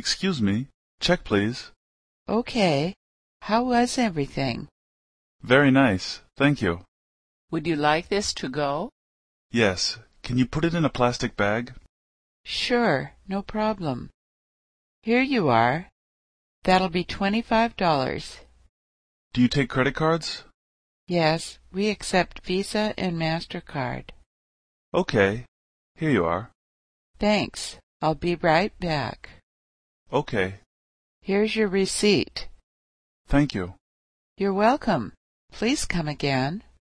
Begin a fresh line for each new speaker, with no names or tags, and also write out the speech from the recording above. Excuse me. Check, please.
Okay. How was everything?
Very nice. Thank you.
Would you like this to go?
Yes. Can you put it in a plastic bag?
Sure, no problem. Here you are. That'll be twenty-five dollars.
Do you take credit cards?
Yes, we accept Visa and MasterCard.
Okay. Here you are.
Thanks. I'll be right back.
Okay.
Here's your receipt.
Thank you.
You're welcome. Please come again.